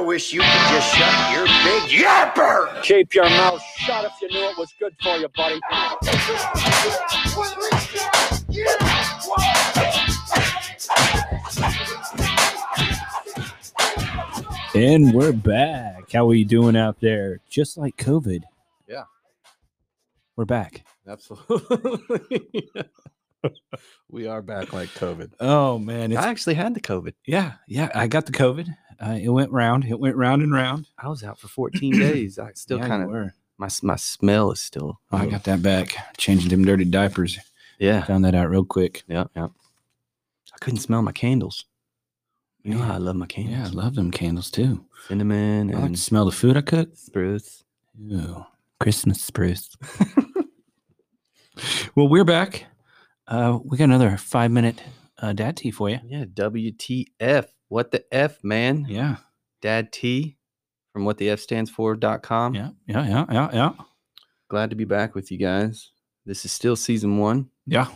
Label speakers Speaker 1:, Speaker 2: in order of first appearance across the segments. Speaker 1: wish you could just shut your big yapper.
Speaker 2: Keep your mouth shut if you knew it was good for you, buddy.
Speaker 3: And we're back. How are you doing out there? Just like COVID.
Speaker 4: Yeah.
Speaker 3: We're back.
Speaker 4: Absolutely. we are back like COVID.
Speaker 3: Oh man, it's
Speaker 4: I actually had the COVID.
Speaker 3: yeah, yeah. I got the COVID. Uh, it went round. It went round and round.
Speaker 4: I was out for 14 days. I still
Speaker 3: Yeah, you
Speaker 4: kind of
Speaker 3: were.
Speaker 4: my my smell is still.
Speaker 3: Oh, I got that back. Changing them dirty diapers.
Speaker 4: Yeah,
Speaker 3: Found that out real quick.
Speaker 4: yeah, yeah. I couldn't smell my candles. You know
Speaker 3: Yeah.
Speaker 4: how I love my
Speaker 3: Yeah, I
Speaker 4: candles.
Speaker 3: love them candles too.
Speaker 4: Cinnamon
Speaker 3: I like to
Speaker 4: and
Speaker 3: smell the food I cook.
Speaker 4: spruce.
Speaker 3: Ooh, Christmas spruce. well, we're back. Uh, we got another five minute uh, dad tea for you.
Speaker 4: Yeah, WTF. What the F, man?
Speaker 3: Yeah,
Speaker 4: Dad T from what the F stands for dot com.
Speaker 3: yeah, yeah, yeah, yeah, yeah.
Speaker 4: Glad to be back with you guys. This is still season one.
Speaker 3: Yeah.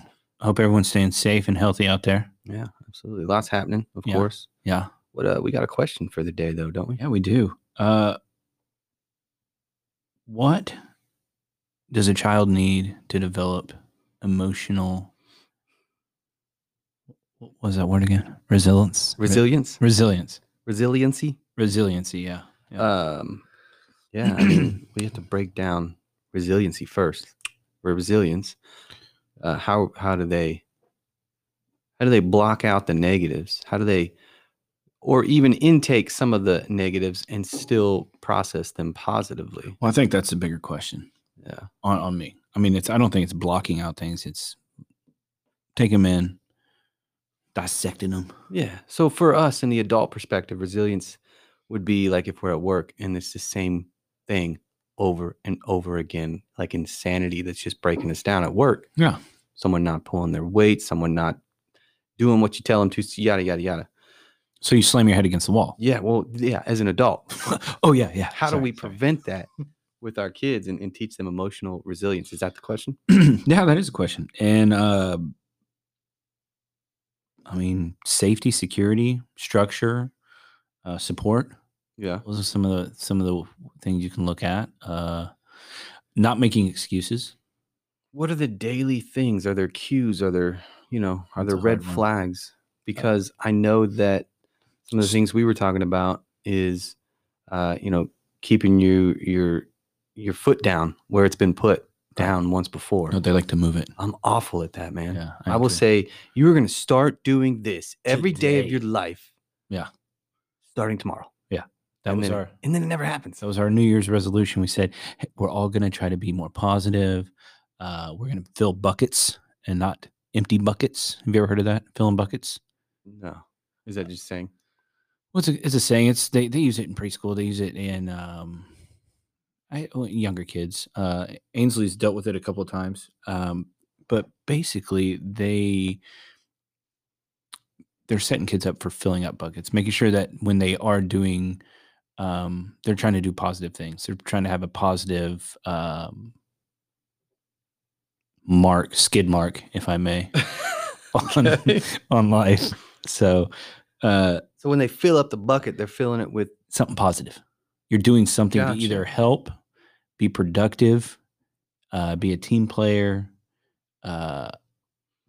Speaker 3: Hope everyone's staying safe and healthy out there.
Speaker 4: Yeah, absolutely. Lots happening, of
Speaker 3: Yeah.
Speaker 4: course.
Speaker 3: Yeah,
Speaker 4: What uh, we got a question for the day though, don't we?
Speaker 3: yeah, we do. Uh, what does a child need to develop emotional? What was that word again? Resilience. Re-
Speaker 4: Resilience,
Speaker 3: resilience.
Speaker 4: resiliency.
Speaker 3: Resiliency. Yeah. Yeah.
Speaker 4: Um, yeah, I mean, we have to break down resiliency first. Or resilience. Uh, how how do they how do they block out the negatives? How do they or even intake some of the negatives and still process them positively?
Speaker 3: well, I think that's a bigger question.
Speaker 4: Yeah.
Speaker 3: on, on me. I mean, it's I don't think it's blocking out things. It's take them in, dissecting them.
Speaker 4: Yeah. So for us in the adult perspective, resilience would be like if we're at work and it's the same thing over and over again, like insanity that's just breaking us down at work.
Speaker 3: Yeah.
Speaker 4: Someone not pulling their weight, someone not doing what you tell them to, s- yada, yada, yada.
Speaker 3: So you slam your head against the wall.
Speaker 4: Yeah. Well, yeah, as an adult,
Speaker 3: oh yeah, yeah.
Speaker 4: how do
Speaker 3: Sorry,
Speaker 4: we
Speaker 3: sorry.
Speaker 4: prevent that with our kids and, and teach them emotional resilience? Is that the question?
Speaker 3: yeah, that is a question. And uh, I mean, safety, security, structure, uh, support.
Speaker 4: Yeah.
Speaker 3: Those are some of the some of the things you can look at. Uh, not making excuses.
Speaker 4: what are the daily things are there cues are there you know are
Speaker 3: That's
Speaker 4: there
Speaker 3: a
Speaker 4: red
Speaker 3: hard one.
Speaker 4: flags because i know that some of the things we were talking about is uh you know keeping you your your foot down where it's been put down once before
Speaker 3: No, they like to move it.
Speaker 4: i'm awful at that man
Speaker 3: Yeah,
Speaker 4: i will
Speaker 3: agree.
Speaker 4: say you are going to start doing this every day of your
Speaker 3: Today.
Speaker 4: life
Speaker 3: Yeah.
Speaker 4: starting tomorrow
Speaker 3: that
Speaker 4: and
Speaker 3: was
Speaker 4: then,
Speaker 3: our
Speaker 4: and then it never happens
Speaker 3: That was our New Year's resolution. We said "Hey, we're all going to try to be more positive. Uh, we're going to fill buckets and not empty buckets. Have you ever heard of that? Filling buckets.
Speaker 4: no is that just saying
Speaker 3: What's it's a saying? It's they, they use it in preschool. They use it in um, I, oh, younger kids. Uh, Ainsley's dealt with it a couple of times. Um, but basically, they they're setting kids up for filling up buckets, making sure that when they are doing, um, they're trying to do positive things. They're trying to have a positive um, mark, skid mark, if I may, on
Speaker 4: Okay.
Speaker 3: on life. So. Uh,
Speaker 4: so when they fill up the bucket they're filling it with
Speaker 3: something positive. You're doing something
Speaker 4: Gotcha.
Speaker 3: to either help, be productive, uh, be a team player. Uh,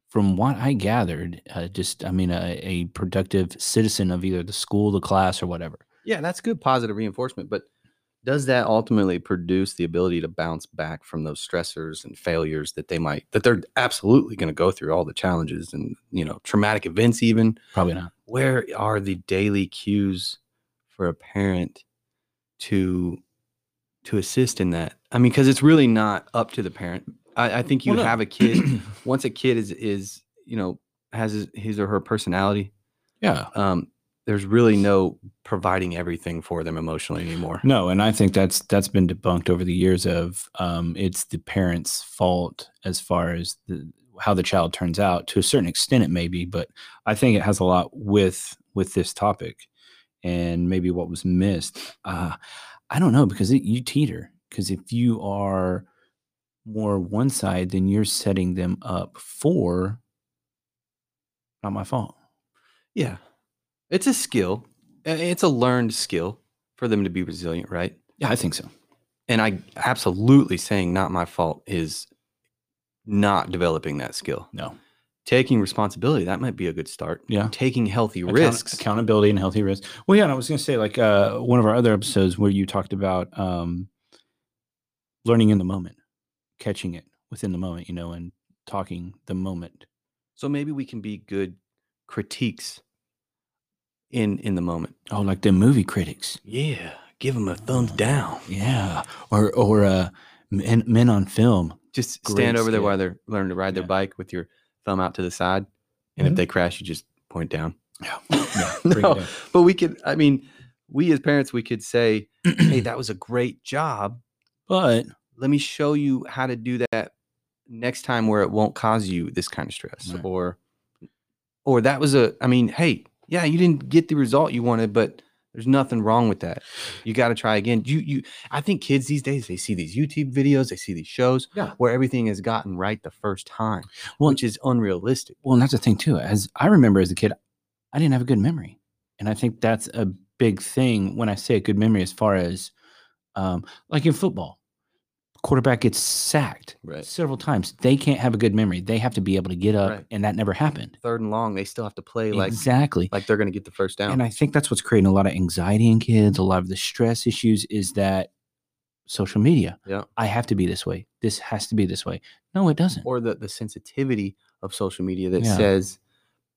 Speaker 3: from what I gathered, uh, just I mean, a, a productive citizen of either the school, the class, or whatever.
Speaker 4: Yeah, that's good positive reinforcement, but does that ultimately produce the ability to bounce back from those stressors and failures that they might that they're absolutely going to go through all the challenges and, you know, traumatic events even?
Speaker 3: Probably not.
Speaker 4: Where are the daily cues for a parent to to assist in that? I mean, because it's really not up to the parent. I, I think you
Speaker 3: Well, no.
Speaker 4: have a kid once a kid is is you know has his, his or her personality.
Speaker 3: yeah.
Speaker 4: Um, there's really no providing everything for them emotionally anymore.
Speaker 3: No, and I think that's that's been debunked over the years of um, it's the parents' fault as far as the, how the child turns out. To a certain extent, it may be, but I think it has a lot with with this topic and maybe what was missed. Uh, I don't know because it, you teeter because if you are more one side, then you're setting them up for not my fault.
Speaker 4: Yeah. It's a skill. Uh, It's a learned skill for them to be resilient, right?
Speaker 3: Yeah, I think so.
Speaker 4: And I absolutely saying not my fault is not developing that skill.
Speaker 3: No.
Speaker 4: Taking responsibility, that might be a good start.
Speaker 3: Yeah.
Speaker 4: Taking healthy
Speaker 3: Account-
Speaker 4: risks.
Speaker 3: accountability, and healthy risks. Well, yeah, and I was going to say like uh, one of our other episodes where you talked about um, learning in the moment, catching it within the moment, you know, and talking the moment.
Speaker 4: So maybe we can be good critiques in in the moment.
Speaker 3: Oh, like the movie critics.
Speaker 4: Yeah, give them a thumbs down.
Speaker 3: Yeah, or or uh, men, men on film.
Speaker 4: Just
Speaker 3: Great
Speaker 4: stand over there
Speaker 3: skill.
Speaker 4: while they're learning to ride their
Speaker 3: Yeah.
Speaker 4: bike with your thumb out to the side, and
Speaker 3: Mhm.
Speaker 4: if they crash, you just point down.
Speaker 3: Yeah, bring it
Speaker 4: no,
Speaker 3: up.
Speaker 4: but we could. I mean, we as parents, we could say, "Hey, that was a great job.
Speaker 3: but
Speaker 4: Let me show you how to do that next time, where it won't cause you this kind of stress."
Speaker 3: Right.
Speaker 4: Or, or that was a. I mean, hey, yeah, you didn't get the result you wanted, but there's nothing wrong with that. You got to try again. You, you. I think kids these days they see these YouTube videos, they see these shows
Speaker 3: Yeah.
Speaker 4: where everything has gotten right the first time,
Speaker 3: Well-
Speaker 4: which is unrealistic.
Speaker 3: well, and that's the thing too. As I remember as a kid, I didn't have a good memory, and I think that's a big thing when I say a good memory, as far as um, like in football, quarterback gets sacked
Speaker 4: Right.
Speaker 3: several times. They can't have a good memory. They have to be able to get up,
Speaker 4: Right.
Speaker 3: and that never happened.
Speaker 4: Third and long, they still have to play like
Speaker 3: exactly.
Speaker 4: like they're going to get the first down.
Speaker 3: And I think that's what's creating a lot of anxiety in kids, a lot of the stress issues is that social media.
Speaker 4: Yeah.
Speaker 3: I have to be this way. This has to be this way. No, it doesn't.
Speaker 4: or the the sensitivity of social media that
Speaker 3: Yeah.
Speaker 4: says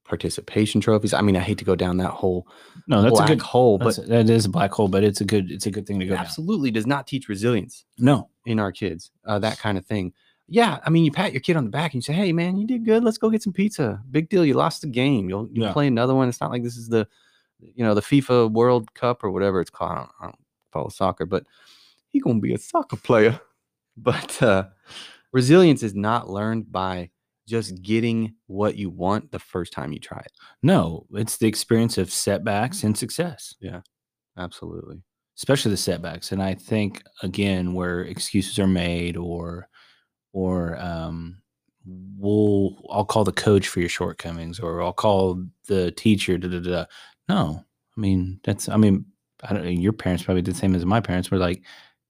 Speaker 4: participation trophies. I mean, I hate to go down that whole
Speaker 3: no, that's
Speaker 4: black
Speaker 3: a good
Speaker 4: hole,
Speaker 3: that's
Speaker 4: but
Speaker 3: a- that is a black hole, but it's a good it's a good thing to
Speaker 4: it
Speaker 3: go down.
Speaker 4: absolutely does not teach resilience
Speaker 3: No.
Speaker 4: in our kids. Uh, that kind of thing. Yeah, I mean, you pat your kid on the back and you say, "Hey, man, you did good. Let's go get some pizza. Big deal. You lost the game. You'll you
Speaker 3: Yeah.
Speaker 4: play another one. It's not like this is the, you know, the FIFA World Cup or whatever it's called. I don't, I don't follow soccer, but he gonna be a soccer player. But uh, resilience is not learned by just getting what you want the first time you try it.
Speaker 3: No, it's the experience of setbacks and success,
Speaker 4: Absolutely.
Speaker 3: especially the setbacks. And I think again where excuses are made or or um we'll I'll call the coach for your shortcomings or I'll call the teacher da da da. No. I mean, that's I mean, I don't your parents probably did the same as my parents were like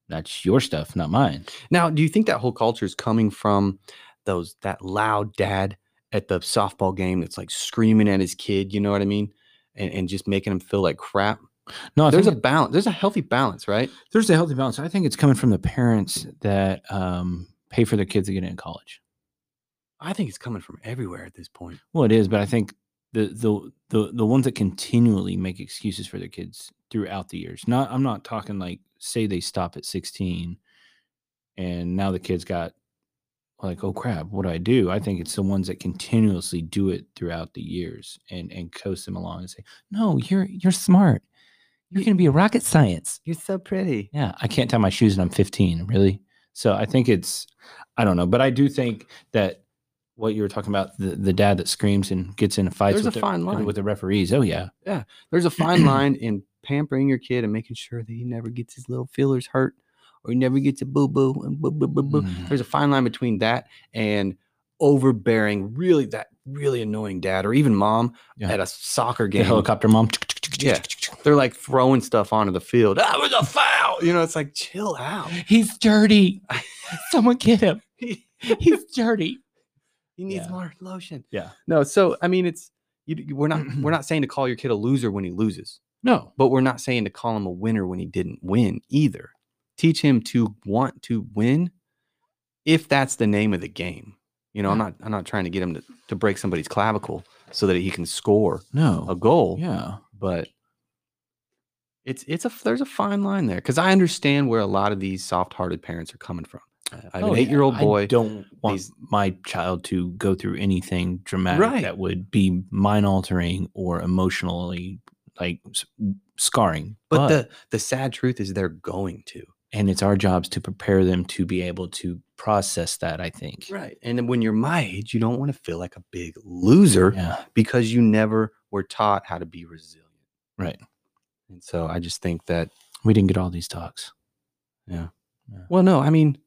Speaker 3: that's your stuff, not mine.
Speaker 4: Now, do you think that whole culture is coming from those that loud dad at the softball game that's like screaming at his kid, you know what I mean? And, and just making him feel like crap.
Speaker 3: No, I
Speaker 4: there's a
Speaker 3: think
Speaker 4: balance. There's a healthy balance, right?
Speaker 3: it- there's a healthy balance. I think it's coming from the parents that um, pay for their kids to get into college.
Speaker 4: I think it's coming from everywhere at this point.
Speaker 3: Well, it is, but I think the the the the ones that continually make excuses for their kids throughout the years. Not I'm not talking like say they stop at 16 and now the kids got like oh crap, what do I do? I think it's the ones that continuously do it throughout the years and and coast them along and say, "No, you're you're smart. You're going to be a rocket science."
Speaker 4: You're so pretty.
Speaker 3: Yeah, I can't tie my shoes and I'm 15, really. So I think it's, I don't know, but I do think that what you were talking about, the, the dad that screams and gets in fights
Speaker 4: There's
Speaker 3: with,
Speaker 4: a
Speaker 3: the,
Speaker 4: fine line.
Speaker 3: with the referees. Oh, yeah.
Speaker 4: There's a fine line in pampering your kid and making sure that he never gets his little feelers hurt or he never gets a boo boo and boo boo boo boo.
Speaker 3: Mm.
Speaker 4: there's a fine line between that and overbearing really that really annoying dad or even mom
Speaker 3: Yeah.
Speaker 4: at a soccer
Speaker 3: The
Speaker 4: game
Speaker 3: helicopter mom.
Speaker 4: Yeah. they're like throwing stuff onto the field that was a foul you know it's like chill out
Speaker 3: He's dirty. Someone get him.
Speaker 4: he
Speaker 3: He's dirty.
Speaker 4: needs
Speaker 3: Yeah.
Speaker 4: more lotion
Speaker 3: Yeah.
Speaker 4: no so i mean it's you, you- we're not we're not saying to call your kid a loser when he loses
Speaker 3: No.
Speaker 4: but we're not saying to call him a winner when he didn't win either teach him to want to win if that's the name of the game you know i'm not i'm not trying to get him to, to break somebody's clavicle so that he can score a
Speaker 3: No.
Speaker 4: goal
Speaker 3: Yeah.
Speaker 4: but it's it's a there's a fine line there because i understand where a lot of these soft-hearted parents are coming from i have
Speaker 3: Oh,
Speaker 4: an
Speaker 3: yeah.
Speaker 4: eight-year-old boy
Speaker 3: I don't want
Speaker 4: He's-
Speaker 3: my child to go through anything dramatic
Speaker 4: Right.
Speaker 3: that would be mind altering or emotionally like s- scarring.
Speaker 4: but the the sad truth is they're going to
Speaker 3: and it's our jobs to prepare them to be able to process that i think
Speaker 4: right and then when you're my age you don't want to feel like a big loser
Speaker 3: yeah
Speaker 4: because you never were taught how to be resilient.
Speaker 3: Right.
Speaker 4: And so I just think that,
Speaker 3: we didn't get all these talks
Speaker 4: well, no, I mean,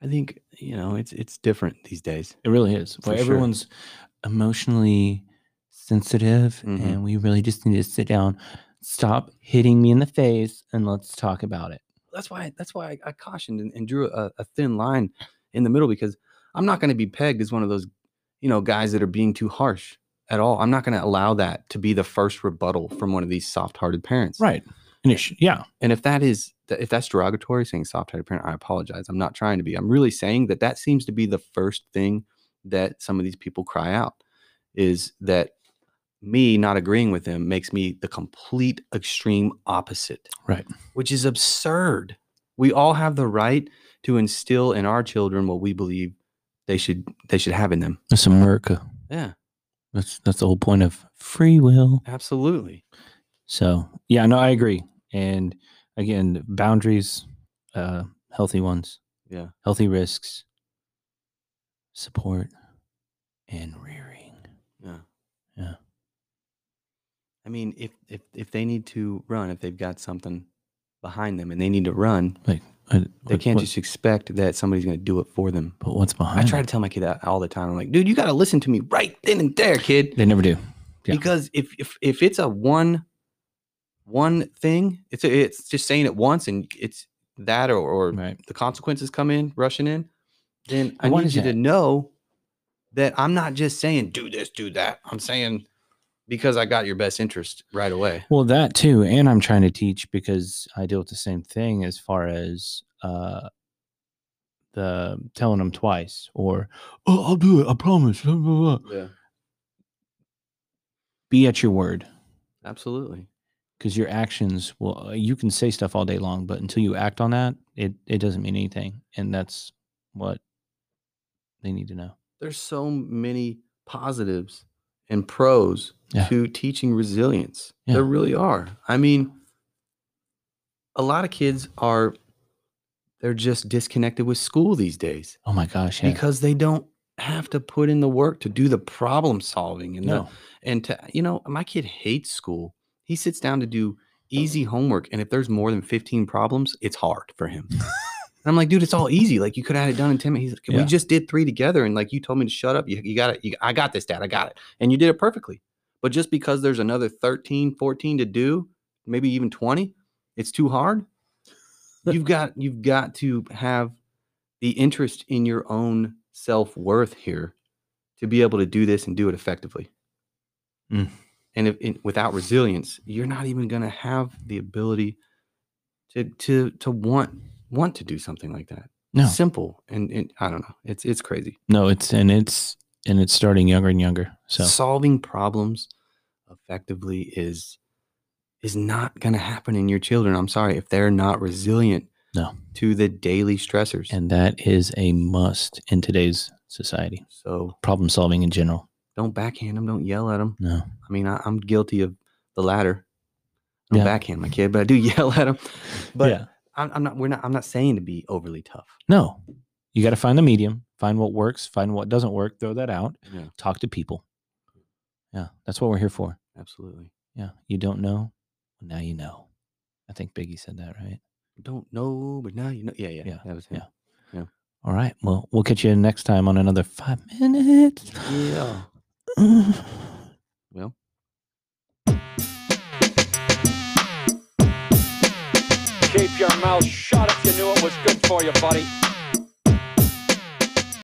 Speaker 4: I think, you know, it's it's different these days.
Speaker 3: it really is
Speaker 4: For
Speaker 3: where
Speaker 4: sure.
Speaker 3: everyone's emotionally sensitive
Speaker 4: Mhm.
Speaker 3: Mm-hmm. and we really just need to sit down
Speaker 5: stop hitting me in the face and let's talk about it.
Speaker 4: that's why that's why I, I cautioned and, and drew a, a thin line in the middle because I'm not going to be pegged as one of those you know guys that are being too harsh at all. I'm not going to allow that to be the first rebuttal from one of these soft-hearted parents.
Speaker 3: Right. And it sh- yeah,
Speaker 4: And if that is th- if that's derogatory saying soft-hearted parent, I apologize. I'm not trying to be. I'm really saying that that seems to be the first thing that some of these people cry out is that me not agreeing with them makes me the complete extreme opposite
Speaker 3: Right.
Speaker 4: which is absurd. We all have the right to instill in our children what we believe they should they should have in them.
Speaker 5: That's America.
Speaker 4: Yeah,
Speaker 5: That's that's the whole point of free will.
Speaker 4: absolutely.
Speaker 5: So
Speaker 3: yeah, no, I agree. And again, boundaries, uh, healthy ones,
Speaker 4: Yeah.
Speaker 3: healthy risks, support, and rearing.
Speaker 4: Yeah.
Speaker 3: Yeah.
Speaker 4: I mean, if if if they need to run, if they've got something behind them and they need to run,
Speaker 3: I-
Speaker 4: they
Speaker 3: what-
Speaker 4: can't
Speaker 3: what-
Speaker 4: just expect that somebody's going to do it for them.
Speaker 3: But what's behind?
Speaker 4: I try
Speaker 3: it?
Speaker 4: to tell my kid that all the time. I'm like, dude, you got to listen to me right then and there, kid.
Speaker 3: They never do. Yeah.
Speaker 4: because if if if it's a one one thing it's a, it's just saying it once and it's that or, or
Speaker 3: Right.
Speaker 4: the consequences come in rushing in then i
Speaker 3: What
Speaker 4: need
Speaker 3: is
Speaker 4: you to
Speaker 3: that?
Speaker 4: know that i'm not just saying do this do that i'm saying because i got your best interest right away
Speaker 3: Well, that too, and I'm trying to teach because I deal with the same thing as far as uh, the telling them twice or oh, I'll do it, I promise. blah, blah, blah."
Speaker 4: yeah
Speaker 3: Be at your word
Speaker 4: absolutely
Speaker 3: because your actions will. uh, You can say stuff all day long, but until you act on that, it it doesn't mean anything, and that's what they need to know.
Speaker 4: there's so many positives and pros
Speaker 3: Yeah.
Speaker 4: to teaching resilience.
Speaker 3: Yeah.
Speaker 4: There really are. I mean, a lot of kids are they're just disconnected with school these days
Speaker 3: Oh my gosh! Yeah.
Speaker 4: because they don't have to put in the work to do the problem solving and the
Speaker 3: no,
Speaker 4: and to you know my kid hates school he sits down to do easy homework and if there's more than 15 problems it's hard for him and i'm like dude it's all easy like you could have had it done in 10 minutes he's like
Speaker 3: Yeah.
Speaker 4: we just did three together and like you told me to shut up you, you got it you, i got this dad i got it and you did it perfectly but just because there's another 13 14 to do maybe even 20 it's too hard you've got you've got to have the interest in your own self-worth here to be able to do this and do it effectively
Speaker 3: Mm.
Speaker 4: and if and without resilience you're not even going to have the ability to to to want want to do something like that
Speaker 3: no,
Speaker 4: simple and, and i don't know it's it's crazy
Speaker 3: no. It's and it's and it's starting younger and younger. So
Speaker 4: solving problems effectively is is not going to happen in your children i'm sorry if they're not resilient
Speaker 3: No.
Speaker 4: to the daily stressors
Speaker 3: And that is a must in today's society.
Speaker 4: so
Speaker 3: Problem solving in general.
Speaker 4: don't backhand them don't yell at them
Speaker 3: No.
Speaker 4: I mean, I, I'm guilty of the latter. I don't
Speaker 3: Yeah.
Speaker 4: backhand my kid, but I do yell at him. But
Speaker 3: yeah.
Speaker 4: I'm, I'm not. We're not. I'm not saying to be overly tough.
Speaker 3: No. You got to find the medium, find what works, find what doesn't work, throw that out,
Speaker 4: Yeah,
Speaker 3: talk to people. Yeah. That's what we're here for.
Speaker 4: absolutely.
Speaker 3: Yeah. You don't know. Now you know. I think Biggie said that, right?
Speaker 4: Don't know, but now you know. Yeah, yeah,
Speaker 3: Yeah,
Speaker 4: That was him.
Speaker 3: All right. Well, we'll catch you next time on another five minutes.
Speaker 4: Yeah. Well.
Speaker 2: Keep your mouth shut if you knew it was good for you, buddy.